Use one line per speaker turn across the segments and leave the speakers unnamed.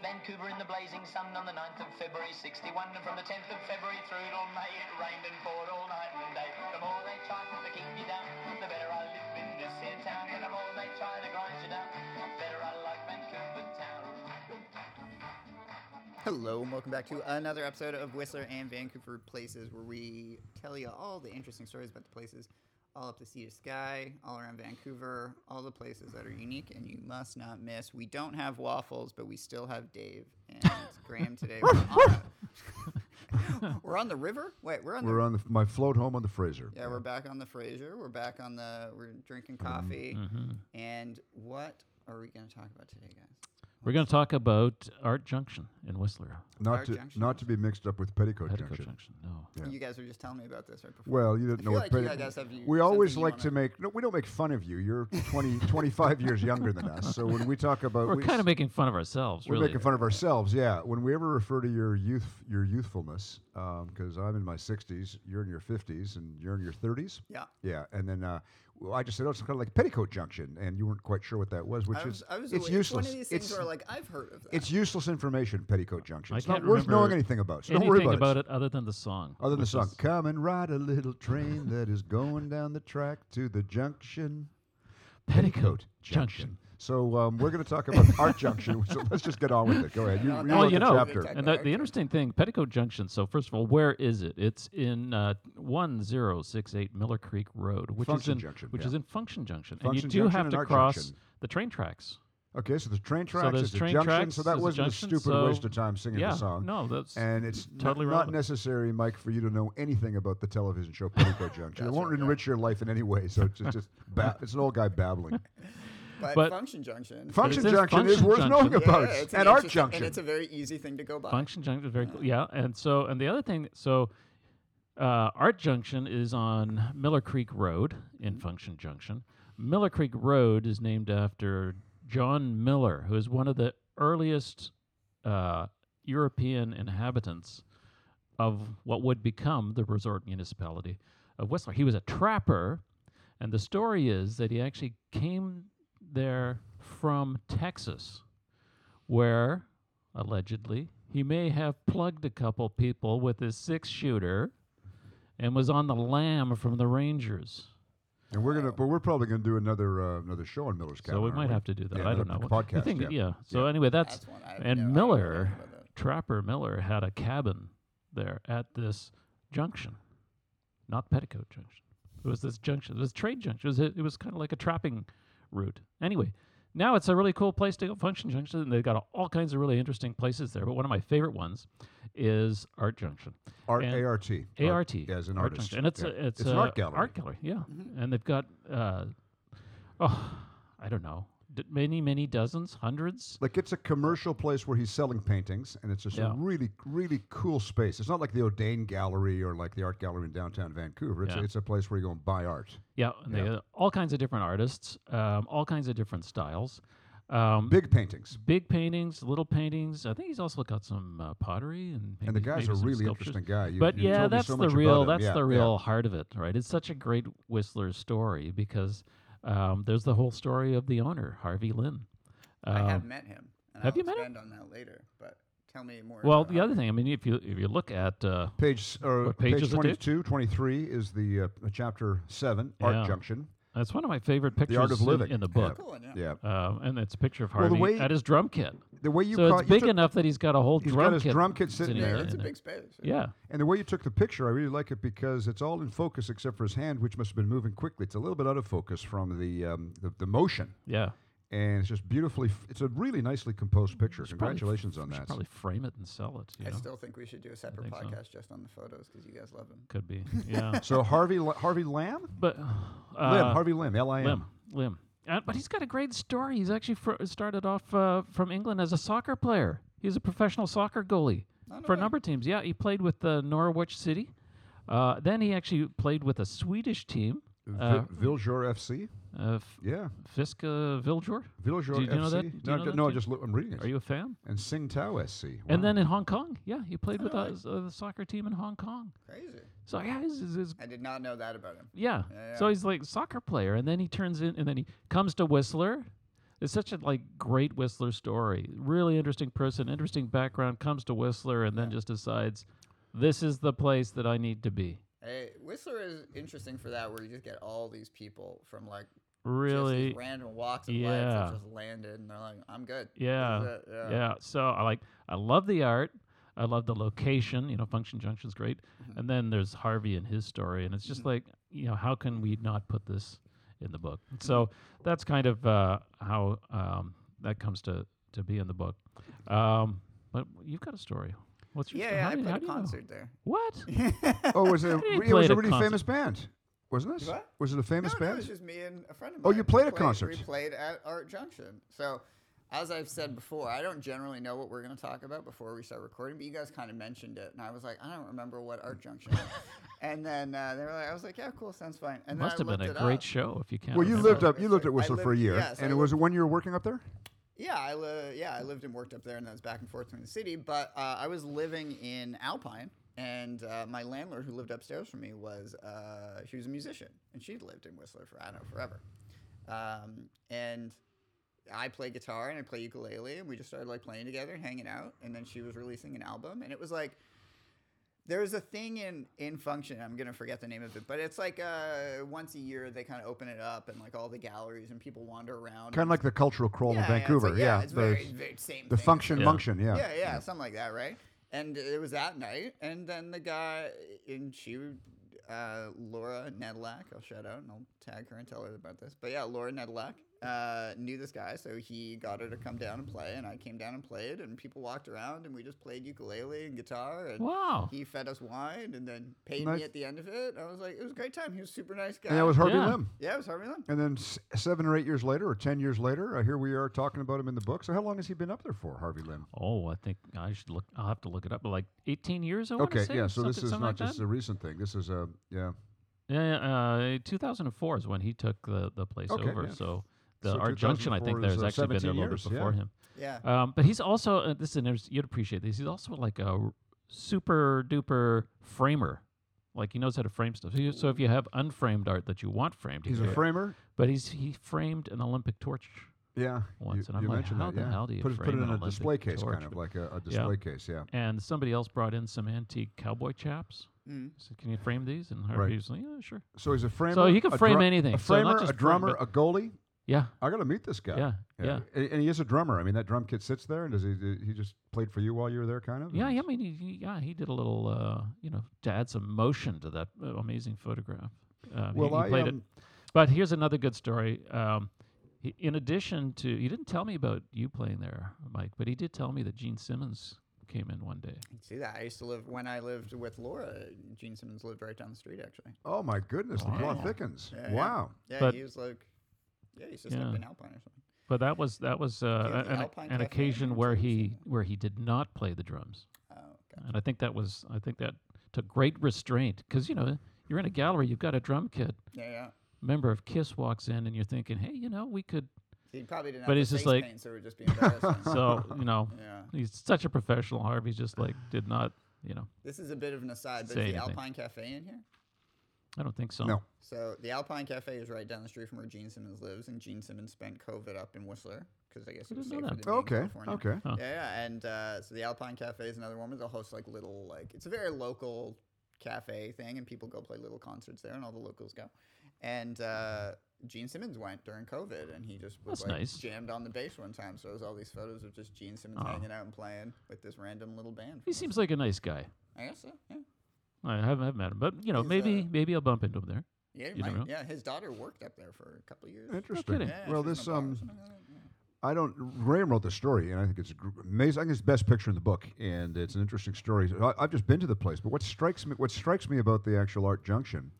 Vancouver in the blazing sun on the 9th of February 61 and from the 10th of February through till May it rained and poured all night and day the more they try to keep you down the better I live in this here town and the more they try to grind you down the better I like Vancouver town
Hello and welcome back to another episode of Whistler and Vancouver Places, where we tell you all the interesting stories about the places all up the sea to sky, all around Vancouver, all the places that are unique and you must not miss. We don't have waffles, but we still have Dave and Graham today. We're on, the- We're on the river. Wait, we're on.
We're
the-
on the, my float home on the Fraser.
yeah, we're back on the Fraser. We're back on the. We're drinking coffee.
Mm-hmm.
And what are we going to talk about today, guys?
We're going to talk about Art Junction in Whistler.
Our
Not to
junction.
not to be mixed up with Petticoat,
Petticoat
Junction.
Junction. No.
Yeah.
You guys were just telling me about this right before.
Well, you
I
didn't know
feel
what
like you
Petticoat-
guys have you-
We always
something you
like to
wanna-
make no, we don't make fun of you. You're 20, 25 years younger than us. So when we talk about
We're
we,
kind of making fun of ourselves,
we're
really.
making fun of ourselves, yeah. When we ever refer to your youth your youthfulness, because I'm in my 60s, you're in your 50s, and you're in your 30s.
Yeah.
Yeah, and then uh, well, I just said, oh, it's kind of like Petticoat Junction, and you weren't quite sure what that was, which
I was,
is
I was
it's
aware-
useless.
It's one of these things
It's-
where like I've heard of that.
It's useless information, Petticoat Junction.
I
It's
can't
not worth
remember
knowing anything about. So don't worry
anything
about,
about
it.
it. other than the song.
Other than the
which
song,
is-
"Come and ride a little train that is going down the track to the junction, Petticoat Junction."
Junction.
So um, we're going to talk about Art Junction. So let's just get on with it. Go ahead. You,
Oh,
you
no,
well,
wrote
you
the
know,
chapter.
Exactly.
and the, the interesting thing, Petticoat Junction. So, first of all, where is it? It's in uh, one zero six eight Miller Creek Road, which is
Function
in
Junction,
which
yeah.
is in Function Junction,
Function
and you do
Junction
have
and
to
Art
cross
Junction.
the train tracks.
Okay, so there's train tracks.
uh, there's
it's
train
a junction.
tracks,
so that
there's a
wasn't a,
junction,
stupid
so-
waste of time singing
Yeah,
the song.
no, that's
and it's n-
totally
not
relevant.
necessary, Mike, for you to know anything about the television show Petticoat Junction. It won't enrich your life in any way. So it's just, just ba- it's an old guy babbling.
but,
but-
Function Junction.
Function
says
Junction is
Function
worth
Junction.
knowing
Yeah,
about,
it's an
and Art
interesting-
Junction.
And it's a very easy thing to go by.
Function Junction is very cool. Yeah, and so and the other thing, so uh, Art Junction is on Miller Creek Road in Function Junction. Miller Creek Road is named after John Miller, who is one of the earliest uh, European inhabitants of what would become the resort municipality of Whistler. He was a trapper, and the story is that he actually came there from Texas where allegedly he may have plugged a couple people with his six shooter and was on the lam from the Rangers.
And we're gonna, but we're probably gonna do another uh, another show on Miller's Cabin.
So we
aren't
might have to do that.
Yeah,
I don't know.
another
What-
podcast,
I think,
yeah.
So anyway, that's,
That's one I have no idea
and
what
Miller,
about that.
Trapper Miller, had a cabin there at this junction, not Petticoat Junction. It was this junction. It was trade junction. It was, it was kind of like a trapping route. Anyway, now it's a really cool place to go. Function Junction. And they've got all kinds of really interesting places there. But one of my favorite ones is Art Junction.
Art,
and-
ART.
ART
Yeah, as an
Art
artist.
Junction. and it's
Yeah.
a, it's,
an
a
art gallery.
Art gallery, yeah. And they've got uh, oh, I don't know, d- many many dozens, hundreds.
like it's a commercial place where he's selling paintings, and it's just
Yeah.
a really, really cool space. It's not like the O'Dane Gallery or like the art gallery in downtown Vancouver. It's, a,
Yeah.
it's a place where you go and buy art.
Yeah, and they uh, all kinds of different artists, um, all kinds of different styles. Um, big,
Big paintings.
paintings, little paintings. I think he's also got some uh, pottery and
And the
maybe-
guy's
maybe
a
some
really
sculptures.
interesting guy. You-
but
you
yeah,
told me
that's
so
the
much about
real
him.
that's
Yeah,
the
yeah.
real heart of it, right? It's such a great Whistler story because um, there's the whole story of the owner, Harvey Lynn.
I have met him. And
uh, have
I'll
you met him?
expand on that later, but tell me more.
Well,
about
the other thing, I mean, if you if you look at uh,
Page, uh,
What page
page
is it, Dave?
22, 23 is the uh, chapter 7, Art
Yeah.
Junction,
That's one of my favorite pictures
The Art of
in-
Living.
in, the book.
Cool, yeah.
Yeah.
Um, and it's a picture of
the
Harvey
way-
at his drum kit.
The way you
so
caught-
it's
you
big
took-
enough that he's got a whole
he's
drum
got his
kit.
drum kit sitting
Yeah,
there.
in
it's a
it.
big space.
Yeah.
And the way you took the picture, I really like it because it's all in focus except for his hand, which must have been moving quickly. It's a little bit out of focus from the um, the, the motion,
Yeah.
and it's just beautifully. f- It's a really nicely composed picture.
Probably
Congratulations
f-
on
we should
that.
Probably frame it and sell it. You
I
know?
still think we should do a separate
think so.
podcast just on the photos because you guys love them.
Could be. Yeah.
So Harvey L- Harvey Lamb,
but uh,
Lim Harvey Lim L I
Lim.
M.
Lim. Uh, but he's got a great story. He's actually fr- started off uh, from England as a soccer player. He's a professional soccer goalie for a number of teams. Yeah, he played with uh, Norwich City. Uh, then he actually played with a Swedish team, uh,
Vi- Viljor FC.
uh, F-
Yeah,
Fiske Viljor.
Viljor
Do you
FC.
know that? Do you
no,
know
ju-
that
no,
too?
just look, I'm reading it.
Are you a fan?
and Sing Tao SC.
And
Wow.
then in Hong Kong, yeah, he played with us, uh, the soccer team in Hong Kong.
Crazy.
So yeah, he's, he's, he's-
I did not know that about him.
yeah.
Yeah, yeah.
So he's like soccer player, and then he turns in, and then he comes to Whistler, It's such a like great Whistler story. Really interesting person, interesting background. Comes to Whistler and then just decides, this is the place that I need to be.
Hey, Whistler is interesting for that, where you just get all these people from like just these
Really,
random walks of life
Yeah.
that just landed, and they're like, "I'm good." This is
Yeah.
it,
Yeah. So I like I love the art. I love the location. You know, Function Junction's great.
Mm-hmm.
And then there's Harvey and his story, and it's just like you know, how can we not put this in the book? So
Mm-hmm.
that's kind of uh, how um, that comes to to be in the book. Um, but you've got a story. What's your
Mm-hmm. Yeah,
sto-
yeah,
how
I
do you-
played
how
a
do you know?
concert there.
What?
Oh, was it?
didn't
It
play
was
it
a
at
really
concert.
famous band, wasn't it?
What?
Was it a famous
no,
band?
No, it was just me and a friend of
Oh,
mine.
you played
We
at concert.
We played at Art Junction. So, as I've said before, I don't generally know what we're going to talk about before we start recording, but you guys kind of mentioned it, and I was like, I don't remember what Art Junction. is. and then uh, they were like, I was like, yeah, cool, sounds fine. And
Must
then
have
I
been a
looked it
great
up.
show if you can't.
well, you
remember.
lived
it.
up. You lived at
I
Whistler for a
lived-
year,
yes, I
and it was
lived-
when you were working up there.
Yeah, I li- yeah, I lived and worked up there, and I was back and forth between the city. But uh, I was living in Alpine, and uh, my landlord, who lived upstairs from me, was uh, she was a musician, and she'd lived in Whistler for I don't know forever. Um, and I play guitar and I play ukulele, and we just started like playing together and hanging out. And then she was releasing an album, and it was like there was a thing in in function i'm gonna forget the name of it but it's like uh once a year they kind of open it up and like all the galleries and people wander around
Kind of like the cultural crawl in
yeah, it's like-
Vancouver.
yeah,
yeah,
it's
the,
very, very same.
the
thing.
function,
Yeah.
function. Yeah.
Yeah, yeah, something like that, right? And it was that night, and then the guy and she, uh, Laura Nedlack, I'll shout out and I'll tag her and tell her about this. But yeah, Laura Nedlack uh, knew this guy, so he got her to come down and play, and I came down and played, and people walked around, and we just played ukulele and guitar, and
Wow.
he fed us wine, and then paid
Nice.
me at the end of it. I was like, it was a great time. He was a super nice guy.
And that was Harvey
Yeah.
Lim.
yeah, it was Harvey Lim.
And then s- seven or eight years later, or ten years later, uh, here we are talking about him in the book. So how long has he been up there for, Harvey Lim?
Oh, I think I should look. I'll have to look it up. But like 18 years. I wanna
Okay,
say,
yeah. So this
something-
is
something
not
like that.
just a recent thing. This is a yeah.
Yeah, yeah, uh, 2004 is when he took the, the place
Okay,
over.
yeah.
So the
So
Art Junction,
2004
I think, there
is,
has
uh,
actually been there a
17
little
years,
bit before
yeah.
him.
Yeah.
Um, but he's also uh, this is an interest- you'd appreciate this. He's also like a r- super duper framer. Like he knows how to frame stuff. So, you, so if you have unframed art that you want framed, he
He's
can
a
do it.
framer.
But he's he framed an Olympic torch.
Yeah.
Once,
you,
and I'm
you
like,
mentioned
how
that,
the
yeah.
hell do you
put it, put it
frame an
in a
Olympic
display case,
torch?
kind of like a, a display case? Yeah.
And somebody else brought in some antique cowboy chaps.
Mm.
Said, "Can you frame these?" And Harvey
Right.
was like, "Yeah, sure."
So he's a framer.
you can
a
frame
dru-
anything.
A
So not
framer,
just
a
frame,
drummer,
but-
a goalie.
Yeah,
I got to meet this guy.
Yeah, yeah.
And, and he is a drummer. I mean, that drum kit sits there, and does he? did He just played for you while you were there, kind of.
Yeah, yeah, I mean, he, he- yeah, he did a little, uh, you know, to add some motion to that uh, amazing photograph. Um, he-
Well,
he,
I,
played
um,
it. But here's another good story. Um, he, in addition to, you didn't tell me about you playing there, Mike, but he did tell me that Gene Simmons came in one day.
See that? I used to live when I lived with Laura. Gene Simmons lived right down the street, actually.
Oh my goodness, the plot
Wow.
thickens.
Yeah, yeah.
wow.
Yeah,
But-
he was like, yeah, he's just
Yeah.
lived in Alpine or something.
But that was that was uh,
have the
an,
Alpine
an
Cafe
occasion
in
where
Gene
he
Simmons?
where he did not play the drums,
Oh, okay.
and I think that was I think that took great restraint because you know you're in a gallery, you've got a drum kit.
Yeah, yeah.
Member of Kiss walks in, and you're thinking, hey, you know, we could.
He probably didn't.
But
have
he's
the
just
face
like-
paint, so it would just be embarrassing.
So you know,
yeah.
He's such a professional. Harvey's just like did not, you know.
This is a bit of an aside, but
Say
is the
anything.
Alpine Cafe in here?
I don't think so.
No.
So the Alpine Cafe is right down the street from where Gene Simmons lives, and Gene Simmons spent COVID up in Whistler because I guess it was
didn't know
safer than
that.
being in
Okay.
California.
Okay.
Huh.
Yeah, yeah. And uh, so the Alpine Cafe is another one where they'll host like little, like, it's a very local cafe thing, and people go play little concerts there, and all the locals go. And uh, Gene Simmons went during COVID, and he just was
That's
like
nice.
jammed on the bass one time. So there's all these photos of just Gene Simmons
Oh.
hanging out and playing with this random little band. from
He seems like a nice guy.
Whistler. I guess so. Yeah.
I haven't, haven't met him, but you know,
He's,
maybe
uh,
maybe I'll bump into him there.
Yeah, he
You don't
might-
know?
yeah, his daughter worked up there for a couple of years.
Interesting.
kidding.
Yeah,
well,
she's in
this
a bar or
um,
something like that, yeah.
I don't. Graham wrote the story, and I think it's gr- amazing. I think it's the best picture in the book, and it's an interesting story. So I, I've just been to the place, but what strikes me, what strikes me about the actual Art Junction,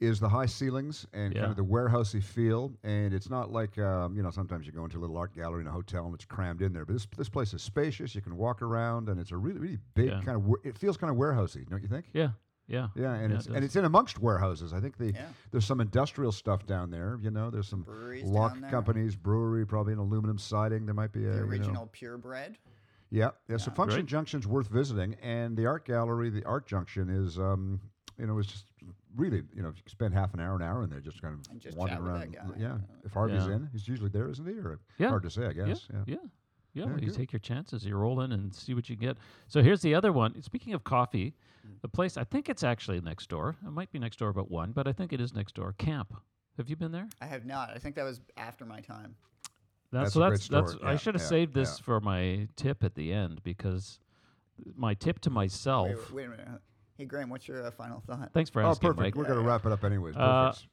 is the high ceilings and kind
Yeah.
of the warehousey feel. And it's not like um, you know sometimes you go into a little art gallery in a hotel and it's crammed in there. But this this place is spacious. You can walk around, and it's a really really big
Yeah.
kind of. wa- It feels kind of warehousey, don't you think?
Yeah, yeah,
Yeah, and
Yeah,
it's
it
and
does.
it's in amongst warehouses. I think the
Yeah.
there's some industrial stuff down there. You know, there's some
Breweries
lock
down there.
companies, brewery, probably an aluminum siding. There might be a
The
you know-
original purebred.
yeah, yeah. So Function
Right.
Junction's worth visiting, and the art gallery, the Art Junction, is um, you know, is just really, you know, if you spend half an hour, an hour in there, just kind of
And just
wandering
chat with
around.
that guy,
Yeah.
uh,
If Harvey's
Yeah.
in, he's usually there, isn't he? Or
Yeah.
hard to say, I guess. Yeah.
Yeah. Yeah,
Yeah,
you
good.
take your chances. You roll in and see what you get. So here's the other one. Speaking of coffee,
Mm.
the place I think it's actually next door. It might be next door, but one, but I think it is next door. Camp. Have you been there?
I have not. I think that was after my time.
That's
That's so
a great
that's that's.
story.
I
Yeah,
should have
yeah,
saved this
yeah.
for my tip at the end because my tip to myself.
Wait, wait a minute. Hey, Graham, what's your uh, final thought?
Thanks for
Oh,
asking,
perfect.
Mike.
We're going to wrap it up anyways.
Uh,
Perfect.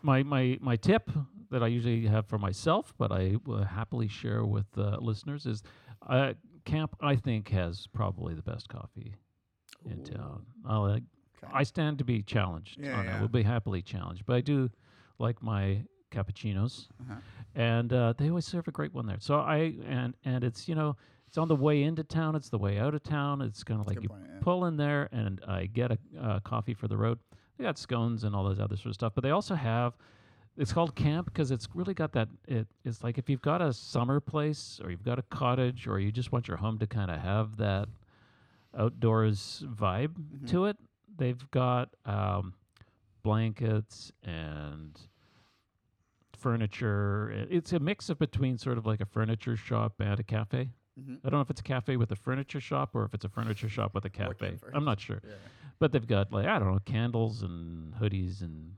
my my my tip that I usually have for myself, but I will happily share with uh, listeners is uh, Camp. I think has probably the best coffee in town. I'll, uh,
Okay.
I stand to be challenged.
Yeah,
on that.
yeah.
We'll be happily challenged, but I do like my cappuccinos,
Uh-huh.
and uh, they always serve a great one there. So I and and it's you know. It's on the way into town. It's the way out of town. It's kind of like
good
you
point, yeah.
pull in there and I get a uh, coffee for the road. They got scones and all those other sort of stuff, but they also have. It's called camp because it's really got that. It, it's like if you've got a summer place or you've got a cottage or you just want your home to kind of have that outdoors vibe to it. They've got um, blankets and furniture. I- It's a mix of between sort of like a furniture shop and a cafe.
Mm-hmm.
I don't know if it's a cafe with a furniture shop or if it's a furniture shop with a cafe.
cafe.
I'm not sure. But they've got like I don't know candles and hoodies and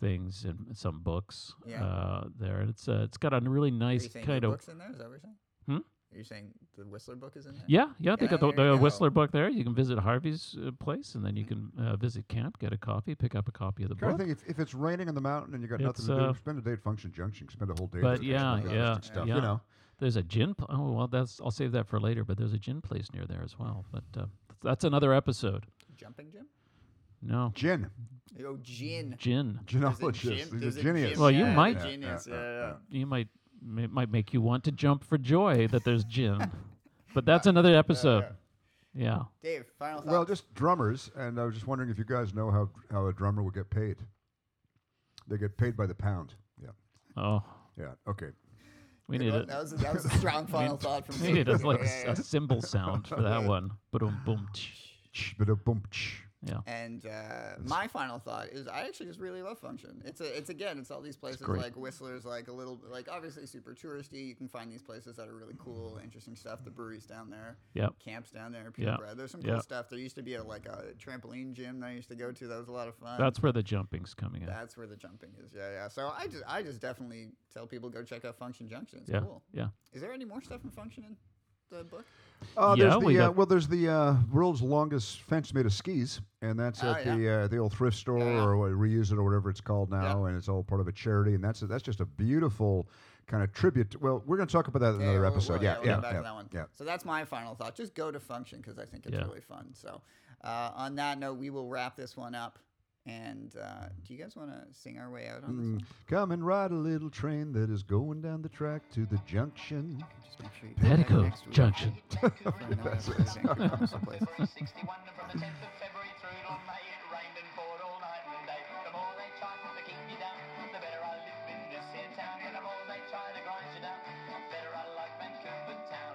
things and some books
Yeah.
uh, there. And it's uh, it's got a really
Are
nice
you saying
kind
the
of
book's in there? Is that what you're saying?
Hmm?
Are you saying the Whistler book is in there?
Yeah, yeah, they
Yeah,
got the,
there you
the Whistler
go. Mm-hmm.
book there. You can visit Harvey's uh, place, and then you can uh, visit camp, get a coffee, pick up a copy of the
Kind of
book.
think if, if it's raining on the mountain and you got nothing
It's,
to do,
uh,
spend a day at Function Junction. Spend a whole day.
But
there.
yeah,
Just
yeah,
interesting stuff,
yeah.
You know,
There's a gin. Pl- oh well, that's I'll save that for later. But there's a gin place near there as well. But uh, th- that's another episode.
Jumping Jim?
No
gin,
Oh, gin.
gin.
There's a
genologist,
gin-
Oh, he's
there's
a
a
genius.
gin-
Well, you
yeah,
might-
the
Yeah,
Genius.
yeah,
Yeah, yeah, yeah.
You might may, might make you want to jump for joy that there's gin. but that's another episode. Yeah.
Dave, final thought.
Well, just drummers, and I was just wondering if you guys know how how a drummer will get paid. They get paid by the pound. Yeah,
Oh,
yeah. Okay.
we
Good
need
one.
it.
That was, a- that was a strong final thought from
We need a,
Dave.
like
Yeah, yeah,
a cymbal sound for that one. Boom, boom. tsh.
Bit of boom. tsh.
Yeah.
And uh, my final thought is, I actually just really love Function. It's a, it's again, it's all these places
great.
like Whistler's, like a little, like obviously super touristy. You can find these places that are really cool, interesting stuff. The breweries down there,
Yep.
camps down there, Peter
Yeah.
Bread. There's some cool
Yeah.
stuff. There used to be a like a trampoline gym that I used to go to. That was a lot of fun.
That's where the jumping's coming in.
that's where the jumping is. Yeah, yeah. So I just, I just definitely tell people go check out Function Junction. It's
Yeah.
cool.
Yeah.
Is there any more stuff from Function in the book?
Uh,
Yeah,
there's the,
we
uh,
got-
well, there's the uh, world's longest fence made of skis, and that's
Oh,
at
yeah.
the uh, the old thrift store
Yeah.
or what, reuse it or whatever it's called now, and it's all part of a charity, and that's that's just a beautiful kind of tribute. To, well, we're going to talk about that in
Yeah,
another
we'll-
episode.
we'll-
yeah,
we'll
yeah,
get back
yeah,
to that one.
yeah.
So that's my final thought. Just go to function because I think it's
Yeah.
really fun. So uh, on that note, we will wrap this one up. And uh, do you guys want to sing our way out on
Mm.
this? One?
Mm-hmm. Come and ride a little train that is going down the track to the junction.
Just make sure you come back
Pedico
next week
Junction.
for another episode of Vancouver Coastal Places.
February 61 from the 10th of February through till May it rained and poured all night and day. The more they try to keep you down, the better I live in this here town. And the more they try to grind you down, the better I like Vancouver town.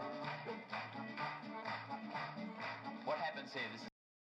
What happens here? This is